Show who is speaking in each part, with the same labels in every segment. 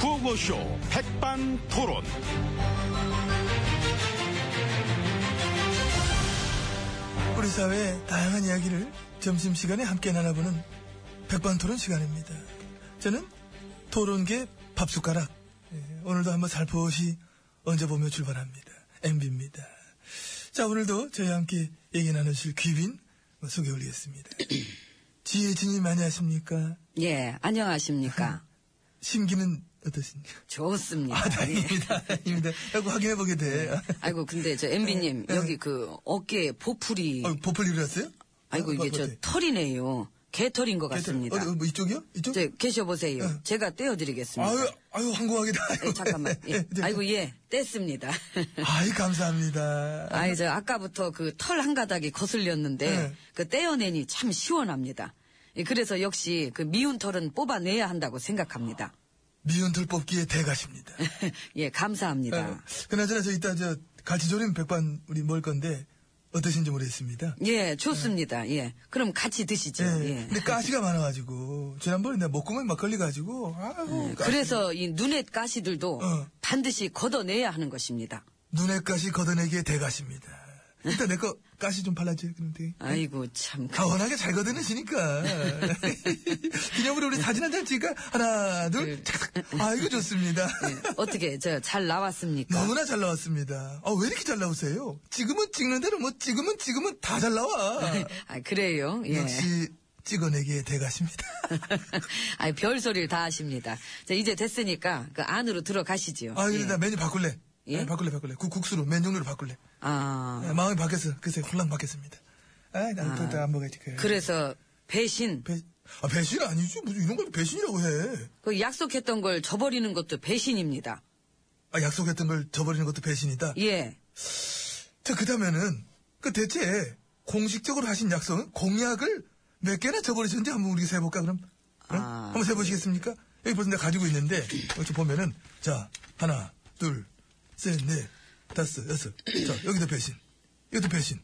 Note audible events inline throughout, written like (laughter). Speaker 1: 구호쇼 백반토론.
Speaker 2: 우리 사회의 다양한 이야기를 점심시간에 함께 나눠보는 백반토론 시간입니다. 저는 토론계 밥숟가락. 예, 오늘도 한번 살포시 얹어보며 출발합니다. MB입니다. 자, 오늘도 저희와 함께 얘기 나누실 귀빈 뭐 소개
Speaker 3: (clears throat)
Speaker 2: 올리겠습니다. 지혜진님 안녕하십니까?
Speaker 3: 예, 안녕하십니까.
Speaker 2: 심기는 어떠십니까?
Speaker 3: 좋습니다. 예.
Speaker 2: 아, 다행입니다. 다행입니다. 자꾸 확인해보게 돼.
Speaker 3: 아이고, 근데 저 MB님,
Speaker 2: 예.
Speaker 3: 여기 그 어깨에 보풀이,
Speaker 2: 어, 보풀 일어났어요?
Speaker 3: 네. 아이고, 이게 저 털이네요. 개털인 것 같습니다.
Speaker 2: 어디, 뭐 이쪽이요? 이쪽?
Speaker 3: 저 계셔보세요.
Speaker 2: 예.
Speaker 3: 제가 떼어드리겠습니다.
Speaker 2: 아유, 네, 아유, 항공하게다.
Speaker 3: 예, 잠깐만.
Speaker 2: (laughs)
Speaker 3: 예. 아이고, 예, 뗐습니다. (laughs)
Speaker 2: 아이, 감사합니다.
Speaker 3: 아이, 저 아까부터 그 털 한 가닥이 거슬렸는데,
Speaker 2: 예.
Speaker 3: 그 떼어내니 참 시원합니다. 예, 그래서 역시 그 미운 털은 뽑아내야 한다고 생각합니다. (laughs)
Speaker 2: 미운 털 뽑기의 대가십니다.
Speaker 3: 예, 감사합니다.
Speaker 2: 어, 그나저나 저 이따 저 갈치조림 백반 우리 먹을 건데 어떠신지 모르겠습니다.
Speaker 3: 예, 좋습니다. 예. 그럼 같이 드시죠.
Speaker 2: 예.
Speaker 3: 예.
Speaker 2: 근데 가시가 많아가지고 지난번에 내가 목구멍 막 걸려가지고 아유. 가시.
Speaker 3: 네, 그래서 이 눈의 가시들도
Speaker 2: 어.
Speaker 3: 반드시 걷어내야 하는 것입니다.
Speaker 2: 눈에 가시 걷어내기의 대가십니다. 일단 내 거 가시 좀 발라줘요. 그럼 되게.
Speaker 3: 아이고 참. 그-
Speaker 2: 아, 워낙에 잘 걷어내시니까. (laughs) 기념으로 우리 사진 한 장 찍을까? 하나, 둘,
Speaker 3: 둘.
Speaker 2: 착. 아, 이거 좋습니다.
Speaker 3: 예, 어떻게 저 잘 나왔습니까?
Speaker 2: 너무나 잘 나왔습니다. 아, 왜 이렇게 잘 나오세요? 찍으면 찍는 대로 뭐 찍으면 찍으면 다 잘
Speaker 3: (laughs)
Speaker 2: 나와.
Speaker 3: 아 그래요. 예.
Speaker 2: 역시 찍어내기의 대가십니다.
Speaker 3: (laughs) 아 별소리를 다 하십니다. 자, 이제 됐으니까 그 안으로 들어가시지요.
Speaker 2: 아, 근데
Speaker 3: 예.
Speaker 2: 나 메뉴 바꿀래.
Speaker 3: 예?
Speaker 2: 아, 바꿀래, 바꿀래. 국, 국수로, 맨 종류로 바꿀래.
Speaker 3: 아,
Speaker 2: 아, 마음이 바뀌었어. 글쎄, 홀랑 바뀌었습니다. 아, 나또 안 먹어야지. 그.
Speaker 3: 그래서 배신
Speaker 2: 배, 아, 배신 아니지. 무슨 이런 걸 배신이라고 해.
Speaker 3: 그 약속했던 걸 저버리는 것도 배신입니다.
Speaker 2: 아, 약속했던 걸 저버리는 것도 배신이다.
Speaker 3: 예.
Speaker 2: 자, 그 다음에는, 그 대체, 공식적으로 하신 약속은 공약을 몇 개나 저버리셨는지 한번 우리 세볼까, 그럼? 응?
Speaker 3: 아,
Speaker 2: 한번 세보시겠습니까? 여기 벌써 내가 가지고 있는데, 여기 보면은, 자, 하나, 둘, 셋, 넷, 다섯, 여섯. 자, 여기도 배신. 이것도 배신.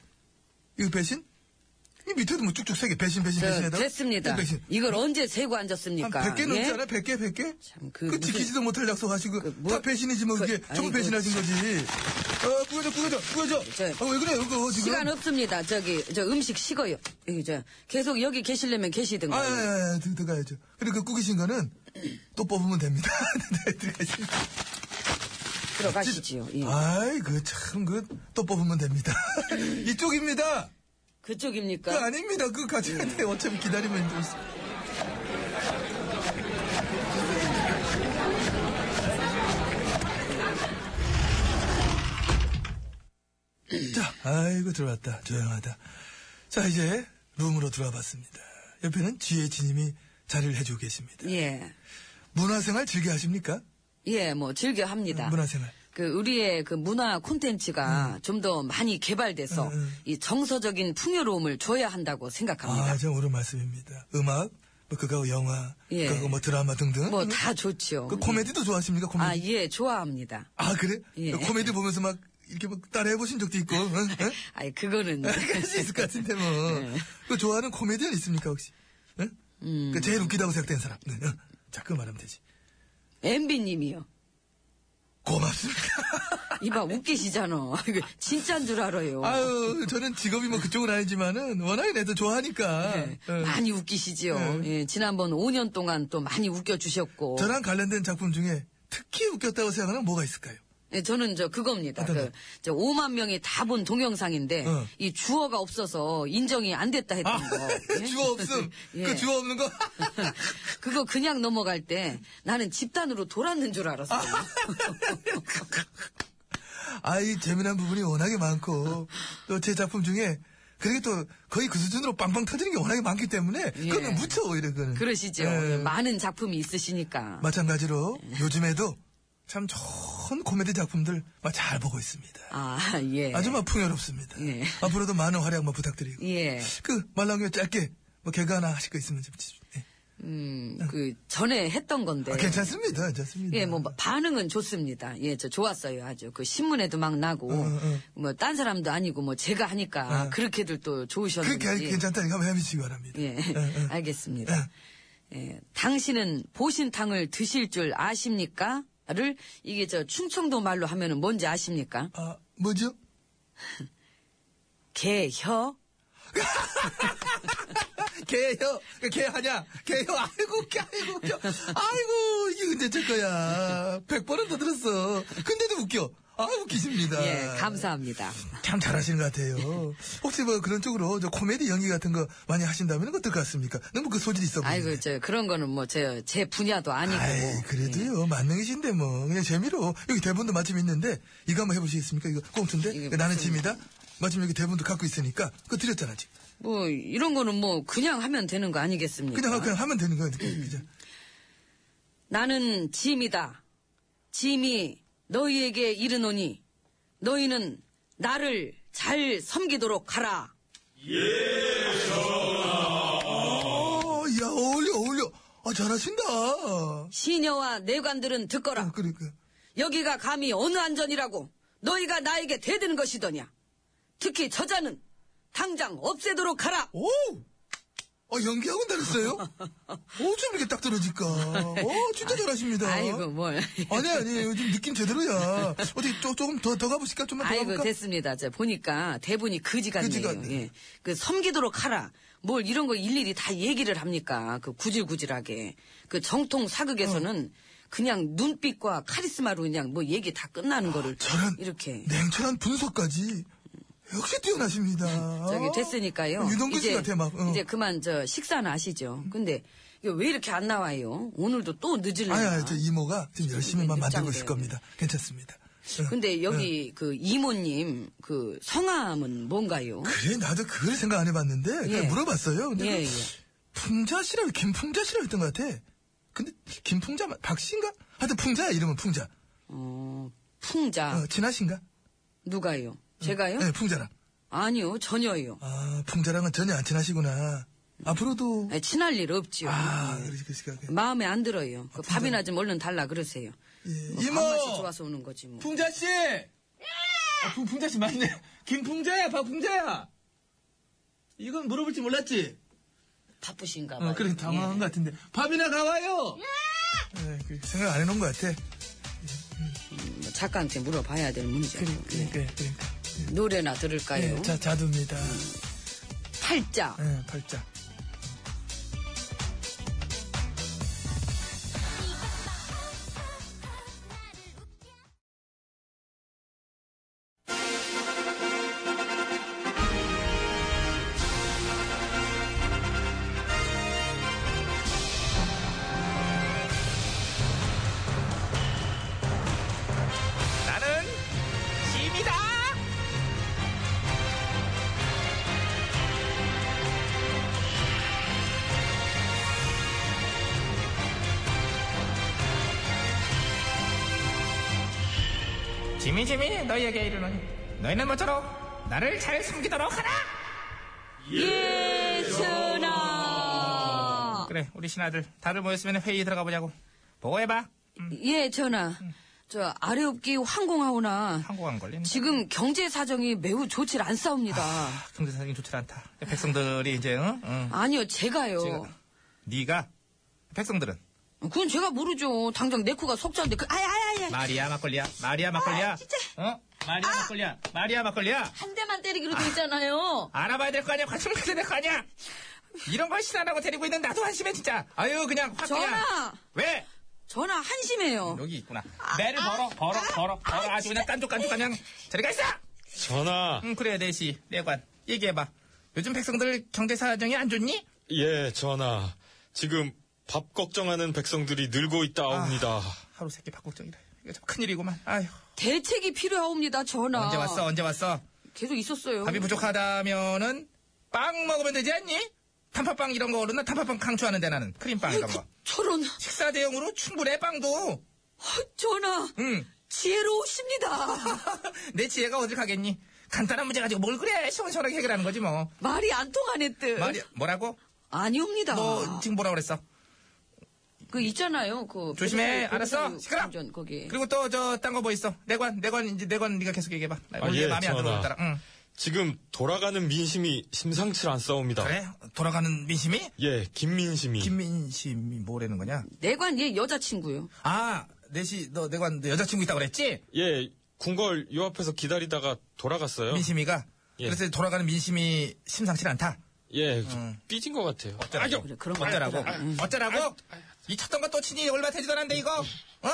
Speaker 2: 이거 배신? 이 밑에도 뭐 쭉쭉 세게 배신, 배신,
Speaker 3: 저,
Speaker 2: 배신에다가.
Speaker 3: 네, 됐습니다.
Speaker 2: 또 배신.
Speaker 3: 이걸 언제 세고
Speaker 2: 한
Speaker 3: 앉았습니까?
Speaker 2: 100개
Speaker 3: 예?
Speaker 2: 넘지 않아? 100개, 100개?
Speaker 3: 참,
Speaker 2: 그,
Speaker 3: 그 무슨-
Speaker 2: 지키지도 못할 약속하시고,
Speaker 3: 뭐-
Speaker 2: 다 배신이지 뭐,
Speaker 3: 그-
Speaker 2: 그게. 저거
Speaker 3: 아이고,
Speaker 2: 배신하신 거지. 어, 뿌여져, 뿌여져, 뿌여져.
Speaker 3: 저-
Speaker 2: 아, 왜 그래요, 그거 지금?
Speaker 3: 시간 없습니다. 저기 저 음식 식어요. 이, 저, 계속 여기 계시려면 계시든가.
Speaker 2: 아, 예, 예, 예, 들- 들어가야죠. 그리고 그 꾸기신 거는 (clears throat) 또 뽑으면 됩니다. (laughs) 네, 들어가시죠.
Speaker 3: 들어가시지요. 예.
Speaker 2: 아이, 그, 참, 그, 또 뽑으면 됩니다. (laughs) 이쪽입니다. 그,
Speaker 3: 그쪽입니까?
Speaker 2: 아닙니다. 그,
Speaker 3: 네.
Speaker 2: 가져가는데 어차피 기다리면 좀. 있- 자, 아이고, 들어왔다. 조용하다. 자, 이제 룸으로 들어와 봤습니다. 옆에는 지혜진님이 자리를 해주고 계십니다.
Speaker 3: 예.
Speaker 2: 문화생활 즐겨 하십니까?
Speaker 3: 예, 뭐 즐겨 합니다.
Speaker 2: 문화생활.
Speaker 3: 그 우리의 그 문화 콘텐츠가 좀 더 많이 개발돼서
Speaker 2: 음, 음.
Speaker 3: 이 정서적인 풍요로움을 줘야 한다고 생각합니다.
Speaker 2: 아, 참 옳은 말씀입니다. 음악, 뭐 그거 영화,
Speaker 3: 예.
Speaker 2: 그거 뭐 드라마 등등.
Speaker 3: 뭐 다 좋지요.
Speaker 2: 그 코미디도 좋아하십니까?
Speaker 3: 예.
Speaker 2: 코미디.
Speaker 3: 아, 예, 좋아합니다.
Speaker 2: 아, 그래?
Speaker 3: 예.
Speaker 2: 코미디 보면서 막 이렇게 막 따라해 보신 적도 있고.
Speaker 3: (laughs)
Speaker 2: 응? 응?
Speaker 3: 아이, 그거는 (laughs)
Speaker 2: 그럴 수 있을 것 같은데 뭐.
Speaker 3: 예.
Speaker 2: 그 좋아하는 코미디언 있습니까 혹시? 응?
Speaker 3: 음.
Speaker 2: 그 제일 웃기다고 생각된 사람. 응, 응. 자, 그 말하면 되지.
Speaker 3: MB 님이요. (laughs)
Speaker 2: 고맙습니다.
Speaker 3: 이봐 웃기시잖아. (laughs) 이거 진짜인 줄 알아요.
Speaker 2: 아유, 저는 직업이 뭐 그쪽은 아니지만은 워낙에 내도 좋아하니까. 어.
Speaker 3: 예,
Speaker 2: 응.
Speaker 3: 많이 웃기시지요. 예, 지난번 5년 동안 또 많이 웃겨주셨고.
Speaker 2: 저랑 관련된 작품 중에 특히 웃겼다고 생각하는 뭐가 있을까요?
Speaker 3: 예, 저는 저 그겁니다.
Speaker 2: 어떤
Speaker 3: 그,
Speaker 2: 거?
Speaker 3: 저 5만 명이 다 본 동영상인데
Speaker 2: 어.
Speaker 3: 이 주어가 없어서 인정이 안 됐다 했던
Speaker 2: 아, (laughs)
Speaker 3: 거. 예?
Speaker 2: 주어 없음.
Speaker 3: (laughs) 예.
Speaker 2: 그 주어 없는 거.
Speaker 3: 그거 그냥 넘어갈 때 나는 집단으로 돌았는 줄
Speaker 2: (laughs)
Speaker 3: 알았어요.
Speaker 2: 아이, 재미난 부분이 워낙에 많고, 또 제 작품 중에, 그렇게 또 거의 그 수준으로 빵빵 터지는 게 워낙에 많기 때문에,
Speaker 3: 예.
Speaker 2: 그거는 무쳐, 오히려 그거는.
Speaker 3: 그러시죠.
Speaker 2: 예.
Speaker 3: 많은 작품이 있으시니까.
Speaker 2: 마찬가지로 요즘에도 참 좋은 코미디 작품들 막잘 보고 있습니다.
Speaker 3: 아, 예.
Speaker 2: 아주 막 풍요롭습니다.
Speaker 3: 예.
Speaker 2: 앞으로도 많은 활약 막 부탁드리고.
Speaker 3: 예.
Speaker 2: 그, 말랑교 짧게, 뭐 개그 하나 하실 거 있으면 좀. 지- 예.
Speaker 3: 음, 그 전에 했던 건데.
Speaker 2: 아, 괜찮습니다. 괜찮습니다.
Speaker 3: 예, 뭐 반응은 좋습니다. 예, 저 좋았어요. 아주 그 신문에도 막 나고
Speaker 2: 어, 어.
Speaker 3: 뭐 딴 사람도 아니고 뭐 제가 하니까
Speaker 2: 어.
Speaker 3: 그렇게들 또
Speaker 2: 그,
Speaker 3: 좋으셨는지.
Speaker 2: 개- 괜찮다니까 한번 해보시기 바랍니다.
Speaker 3: 예, (laughs)
Speaker 2: 예.
Speaker 3: 알겠습니다. 예, 당신은 보신탕을 드실 줄 아십니까? 를 이게 저 충청도 말로 하면은 뭔지 아십니까?
Speaker 2: 아, 뭐죠?
Speaker 3: 개혀?
Speaker 2: 개요. 개하냐? 개요. 아이고, 웃겨, 아이고, 웃겨. 아이고, 이게 근데 제 거야. 백 번은 더 들었어. 근데도 웃겨. 아, 웃기십니다.
Speaker 3: 예, 감사합니다.
Speaker 2: 참 잘하시는 것 같아요. 혹시 뭐 그런 쪽으로 저 코미디 연기 같은 거 많이 하신다면 어떨 것 같습니까? 너무 그 소질이 있어 보이네.
Speaker 3: 아이고 뭐. 저 그런 거는 뭐 제 제 분야도 아니고. 예.
Speaker 2: 아이, 그래도요. 만능이신데 뭐 그냥 재미로 여기 대본도 마침 있는데 이거 한번 해보시겠습니까? 이거 꽁트인데
Speaker 3: 이게
Speaker 2: 이거 나는
Speaker 3: 무슨-
Speaker 2: 짐이다. 마침 여기 대본도 갖고 있으니까 그거 드렸잖아 지금.
Speaker 3: 뭐 이런 거는 뭐 그냥 하면 되는 거 아니겠습니까?
Speaker 2: 그냥 그냥 하면 되는 거예요. 그냥.
Speaker 3: 나는 짐이다. 짐이 너희에게 이르노니 너희는 나를 잘 섬기도록 하라.
Speaker 2: 어, 야 어울려 어울려. 아 잘하신다.
Speaker 3: 시녀와 내관들은
Speaker 2: 아,
Speaker 3: 듣거라.
Speaker 2: 그러니까.
Speaker 3: 여기가 감히 어느 안전이라고 너희가 나에게 대드는 것이더냐. 특히 저자는 당장 없애도록 하라.
Speaker 2: 오. 아 연기하고 다녔어요? 어쩜 이렇게 딱 들어질까? 어 진짜 잘하십니다.
Speaker 3: 아이고 뭐.
Speaker 2: 어,
Speaker 3: 뭘.
Speaker 2: 아니 아니 요즘 느낌 제대로야. 어디 조, 조금 더 더 가보실까? 좀만 더
Speaker 3: (laughs) 아이고
Speaker 2: 가볼까?
Speaker 3: 됐습니다. 제 보니까 대본이 그지
Speaker 2: 그지가
Speaker 3: 같네요.
Speaker 2: 안 돼.
Speaker 3: 예. 그 섬기도록 하라. 뭘 이런 거 일일이 다 얘기를 합니까? 그 구질구질하게. 그 정통 사극에서는
Speaker 2: 어.
Speaker 3: 그냥 눈빛과 카리스마로 그냥 뭐 얘기 다 끝나는 거를
Speaker 2: 아, 저런
Speaker 3: 이렇게
Speaker 2: 냉철한 분석까지 역시 뛰어나십니다. 그
Speaker 3: 저기 됐으니까요.
Speaker 2: 유동근 씨
Speaker 3: 이제,
Speaker 2: 같아 막. 어. 음.
Speaker 3: 이제 그만 저 식사는 아시죠. 근데 이게 왜 이렇게 안 나와요? 오늘도 또 늦을래나.
Speaker 2: 아야, 저 이모가 지금 열심히만
Speaker 3: 이게
Speaker 2: 만들고
Speaker 3: 늦장돼요.
Speaker 2: 있을 겁니다. 괜찮습니다. 어.
Speaker 3: 근데 여기 그 이모님 그 성함은 뭔가요?
Speaker 2: 그래 나도 그걸 생각 안 해봤는데 그냥
Speaker 3: 예.
Speaker 2: 물어봤어요. 근데 그
Speaker 3: 예, 예.
Speaker 2: 풍자 씨라고 김풍자 씨라고 했던 것 같아. 근데 김풍자 마- 박 씨인가? 하여튼 풍자야 이름은 풍자.
Speaker 3: 어, 풍자.
Speaker 2: 어, 진아 씨인가?
Speaker 3: 누가요? 제가요?
Speaker 2: 네, 풍자랑.
Speaker 3: 아니요, 전혀요.
Speaker 2: 아 풍자랑은 전혀 안 친하시구나. 앞으로도
Speaker 3: 아니, 친할 일 없지요.
Speaker 2: 아 그러시 그러시 그
Speaker 3: 마음에 안 들어요. 그 밥이나 좀 얼른 달라 그러세요.
Speaker 2: 예.
Speaker 3: 뭐
Speaker 2: 이모!
Speaker 3: 밥맛이 좋아서 오는 거지 뭐.
Speaker 2: 풍자 씨. 예! 아, 풍, 풍자 씨 맞네. 김풍자야, 박풍자야. 이건 물어볼지 몰랐지.
Speaker 3: 바쁘신가 봐요. 예.
Speaker 2: 어, 그래 당황한 것 같은데 밥이나 가와요. 예, 그 생각 안 해놓은 것 같아.
Speaker 3: 예. 뭐 작가한테 물어봐야 될 문제예요.
Speaker 2: 그러니까, 그러니까.
Speaker 3: 예. 노래나 들을까요?
Speaker 2: 예, 자 자두입니다.
Speaker 3: 팔자.
Speaker 2: 예, 팔자.
Speaker 1: 나는 짐이다.
Speaker 4: 지미 지미 너희에게 이르노니 너희는 모쪼록 나를 잘 숨기도록 하라.
Speaker 3: 예전아.
Speaker 4: 그래 우리 신하들 다들 모였으면 회의 들어가 보자고 보고해봐.
Speaker 3: 예전아. 저 아래옵기 황공하오나
Speaker 4: 한국안 걸린.
Speaker 3: 지금 경제 사정이 매우 좋질 않사옵니다.
Speaker 4: 경제 사정이 좋지 않다. 백성들이 이제 응? 응.
Speaker 3: 아니요, 제가요.
Speaker 4: 제가. 네가 백성들은
Speaker 3: 그건 제가 모르죠. 당장 내 코가 속자인데 그 아야 아야 아야.
Speaker 4: 마리아 막걸리야 마리아 막걸리야.
Speaker 3: 아, 진짜.
Speaker 4: 어? 마리아 막걸리야 마리아 막걸리야.
Speaker 3: 한 대만 때리기로 돼 있잖아요.
Speaker 4: 알아봐야 될 거 아니야 관심을 가져야 될 거 아니야. 이런 걸 신하라고 데리고 있는 나도 한심해 진짜. 아유 그냥 확 그냥.
Speaker 3: 전화!
Speaker 4: 왜?
Speaker 3: 전화 한심해요.
Speaker 4: 여기 있구나.
Speaker 3: 아,
Speaker 4: 매를 벌어, 벌어, 벌어, 벌어. 아주 그냥 깐족깐족 그냥 저리가 있어!
Speaker 1: 전하.
Speaker 4: 응, 그래, 내시, 네 내관. 얘기해봐. 요즘 백성들 경제 사정이 안 좋니?
Speaker 1: 예, 전하. 지금 밥 걱정하는 백성들이 늘고 있다옵니다.
Speaker 4: 하루 세끼 박걱정이다. 이거 참 큰일이구만. 아휴.
Speaker 3: 대책이 필요하옵니다, 전화.
Speaker 4: 언제 왔어, 언제 왔어?
Speaker 3: 계속 있었어요.
Speaker 4: 밥이 부족하다면은 빵 먹으면 되지 않니? 단팥빵 이런 거 어른나 단팥빵 강추하는데 나는. 크림빵 이런
Speaker 3: 아이고, 그
Speaker 4: 거.
Speaker 3: 저런.
Speaker 4: 식사 대용으로 충분해, 빵도.
Speaker 3: 아, 전화.
Speaker 4: 응. (laughs)
Speaker 3: 지혜로우십니다.
Speaker 4: 내 지혜가 어딜 가겠니? 간단한 문제 가지고 뭘 그래? 시원시원하게 해결하는 거지, 뭐.
Speaker 3: 말이 안 통하네, 뜻.
Speaker 4: 말이, 뭐라고?
Speaker 3: 아니옵니다.
Speaker 4: 너 지금 뭐라 그랬어?
Speaker 3: 그 있잖아요. 그
Speaker 4: 조심해,
Speaker 3: 그-
Speaker 4: 알았어?
Speaker 3: 그-
Speaker 4: 시끄러!
Speaker 3: 전 거기.
Speaker 4: 그리고 또 저 딴 거 뭐 있어? 내관 내관 이제 내관 네가 계속 얘기해봐. 나
Speaker 1: 아,
Speaker 4: 오늘
Speaker 1: 예,
Speaker 4: 마음에 안 들어
Speaker 1: 전하.
Speaker 4: 따라. 응.
Speaker 1: 지금 돌아가는 민심이 심상치 않사옵니다.
Speaker 4: 그래 돌아가는 민심이
Speaker 1: 예, 김민심이.
Speaker 4: 김민심이 뭐라는 거냐?
Speaker 3: 내관 얘 여자친구요.
Speaker 4: 아 4시 너 내가 왔는데 여자친구 있다고 그랬지?
Speaker 1: 예, 궁궐 요 앞에서 기다리다가 돌아갔어요.
Speaker 4: 민심이가.
Speaker 1: 예.
Speaker 4: 그래서 돌아가는 민심이 심상치 않다.
Speaker 1: 예,
Speaker 4: 음.
Speaker 1: 삐진 것 같아요.
Speaker 4: 어쩌라고?
Speaker 3: 그래, 그런 거
Speaker 4: 어쩌라고?
Speaker 3: 같더라. 음.
Speaker 4: 어쩌라고? 이 쳤던 거 또 치니 얼마 되지도 않는데 이거. 어?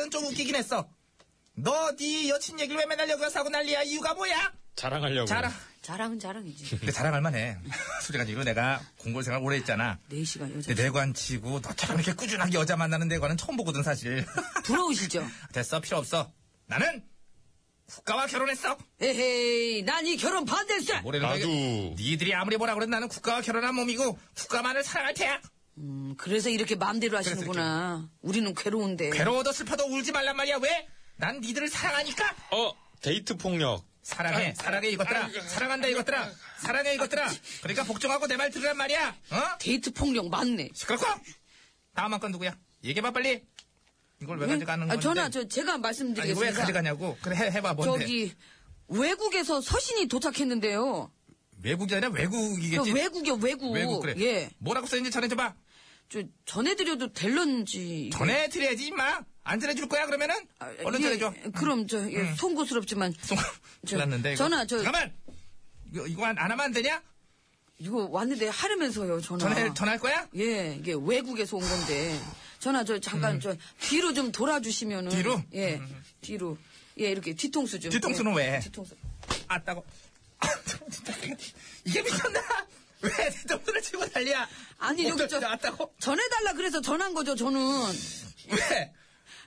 Speaker 4: 그때는 좀 웃기긴 했어. 너 네 여친 얘기를 왜 맨날 여기서 하고 난리야? 이유가 뭐야?
Speaker 1: 자랑하려고.
Speaker 4: 자랑.
Speaker 3: 자랑은 자랑이지.
Speaker 4: 근데 자랑할 만해. (laughs) 솔직히 내가 궁궐 생활 오래 했잖아.
Speaker 3: 네시간 여자.
Speaker 4: 근데 내관 치고 너처럼 이렇게 꾸준하게 여자 만나는 내관은 처음 보거든 사실. (laughs)
Speaker 3: 부러우시죠?
Speaker 4: 됐어 필요 없어. 나는 국가와 결혼했어.
Speaker 3: 에헤이, 난 이 결혼 반대세!
Speaker 4: 모래는
Speaker 1: 나도.
Speaker 4: 너에게- 니들이 아무리 뭐라 그래도 나는 국가와 결혼한 몸이고 국가만을 사랑할 테야.
Speaker 3: 음, 그래서 이렇게 마음대로 하시는구나. 우리는 괴로운데.
Speaker 4: 괴로워도 슬퍼도 울지 말란 말이야. 왜? 난 니들을 사랑하니까.
Speaker 1: 어, 데이트 폭력.
Speaker 4: 사랑해, 사랑해 이것들아, 사랑한다 이것들아, 사랑해 이것들아. 그러니까 복종하고 내 말 들으란 말이야. 어?
Speaker 3: 데이트 폭력 맞네.
Speaker 4: 시끄럽고. 다음 한 건 누구야? 얘기해봐 빨리. 이걸 왜
Speaker 3: 왜?
Speaker 4: 가져가는
Speaker 3: 아,
Speaker 4: 건데?
Speaker 3: 전화, 저, 제가
Speaker 4: 아니
Speaker 3: 말씀드리겠습니다.
Speaker 4: 왜 가져가냐고? 그래 해, 해봐 뭔데?
Speaker 3: 저기, 외국에서 서신이 도착했는데요.
Speaker 4: 외국이 아니라
Speaker 3: 그
Speaker 4: 외국이겠지.
Speaker 3: 외국이요, 외국.
Speaker 4: 외국 그래.
Speaker 3: 예.
Speaker 4: 뭐라고 써있는지 전해줘봐.
Speaker 3: 저, 전해드려도 될런지.
Speaker 4: 전해드려야지 임마. 안 전해줄 거야 그러면은
Speaker 3: 아,
Speaker 4: 얼른
Speaker 3: 예,
Speaker 4: 전해줘. 음.
Speaker 3: 그럼 저, 예, 송구스럽지만.
Speaker 4: (laughs) 송
Speaker 3: 저,
Speaker 4: 났는데 이거.
Speaker 3: 전화, 저-
Speaker 4: 잠깐만. 이거 이거 안, 안 하면 안 되냐?
Speaker 3: 이거 왔는데 하려면서요, 전화.
Speaker 4: 전해 전할 거야?
Speaker 3: 예, 이게 외국에서 온 건데. 전화 저 잠깐 저 뒤로 좀 돌아주시면은.
Speaker 4: 음. 뒤로? 음.
Speaker 3: 예, 뒤로. 예, 이렇게 뒤통수 좀.
Speaker 4: 뒤통수는
Speaker 3: 예,
Speaker 4: 왜?
Speaker 3: 뒤통수.
Speaker 4: 아따고. 아, 진짜 이게 미쳤나? 왜 대통령을 치고 난리야?
Speaker 3: 아니, 여기 저-
Speaker 4: 아따고.
Speaker 3: 전해달라 그래서 전한 거죠, 저는.
Speaker 4: 왜?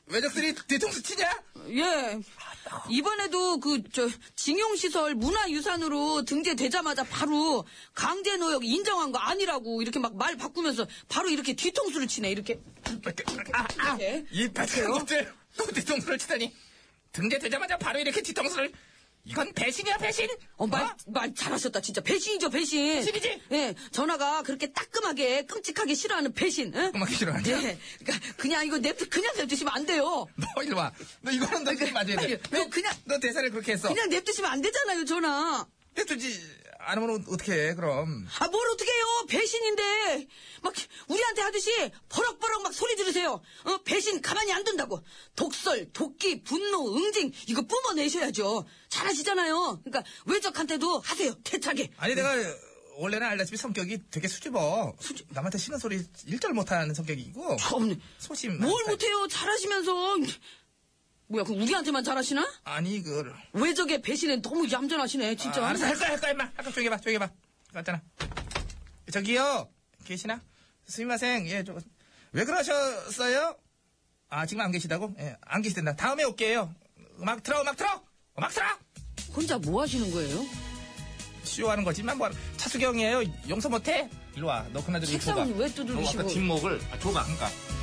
Speaker 4: 외적들이 뒤통수 치냐?
Speaker 3: 예. 이번에도 그, 저, 징용시설 문화유산으로 등재되자마자 바로 강제노역 인정한 거 아니라고 이렇게 막 말 바꾸면서 바로 이렇게 뒤통수를 치네, 이렇게.
Speaker 4: 아, 아,
Speaker 3: 이렇게?
Speaker 4: 이 배치한 것들 또 뒤통수를 치다니. 등재되자마자 바로 이렇게 뒤통수를. 이건 배신이야, 배신!
Speaker 3: 어, 말,
Speaker 4: 어?
Speaker 3: 말 잘하셨다, 진짜. 배신이죠, 배신.
Speaker 4: 배신이지?
Speaker 3: 예, 전화가 그렇게 따끔하게, 끔찍하게 싫어하는 배신, 응?
Speaker 4: 음악 싫어하냐?
Speaker 3: 예. 그니까, 그냥 이거 냅두, 그냥 냅두시면 안 돼요.
Speaker 4: 너 일로 와. 너 이거는 너 지금 맞아야 돼.
Speaker 3: 너 그냥-
Speaker 4: 너 대사를 그렇게 했어.
Speaker 3: 그냥 냅두시면 안 되잖아요, 전화.
Speaker 4: 대투지 안 하면 어떻게 해, 그럼.
Speaker 3: 아, 뭘 어떻게 해요? 배신인데. 막, 우리한테 하듯이 버럭버럭 막 소리 지르세요. 어, 배신 가만히 안 둔다고. 독설, 도끼, 분노, 응징, 이거 뿜어내셔야죠. 잘하시잖아요. 그러니까, 외적한테도 하세요. 대차게.
Speaker 4: 아니, 내가 원래는 알다시피 성격이 되게 수줍어. 남한테 싫은 소리 일절 못하는 성격이고.
Speaker 3: 처음,
Speaker 4: 소심.
Speaker 3: 뭘
Speaker 4: 스타일.
Speaker 3: 못해요? 잘하시면서. 뭐야, 그럼 우리한테만 잘하시나?
Speaker 4: 아니, 그걸.
Speaker 3: 외적의 배신은 너무 얌전하시네, 진짜.
Speaker 4: 아, 알았어, 할 거야, 할 거야, 임마. 아까 조용히 해봐, 조용히 해봐. 맞잖아. 저기요, 계시나? 스미마생, 예, 저, 왜 그러셨어요? 아, 지금 안 계시다고? 예, 안 계시댄다. 다음에 올게요. 음악 틀어, 음악 틀어! 음악 틀어!
Speaker 3: 혼자 뭐 하시는 거예요?
Speaker 4: 수요하는 거지만, 뭐, 차수경이에요. 용서 못해? 일로 와. 너 그나저나 이거
Speaker 3: 책상은
Speaker 4: 줘봐.
Speaker 3: 왜 두들기시고.
Speaker 4: 뒷목을. 아, 줘봐. 그러니까.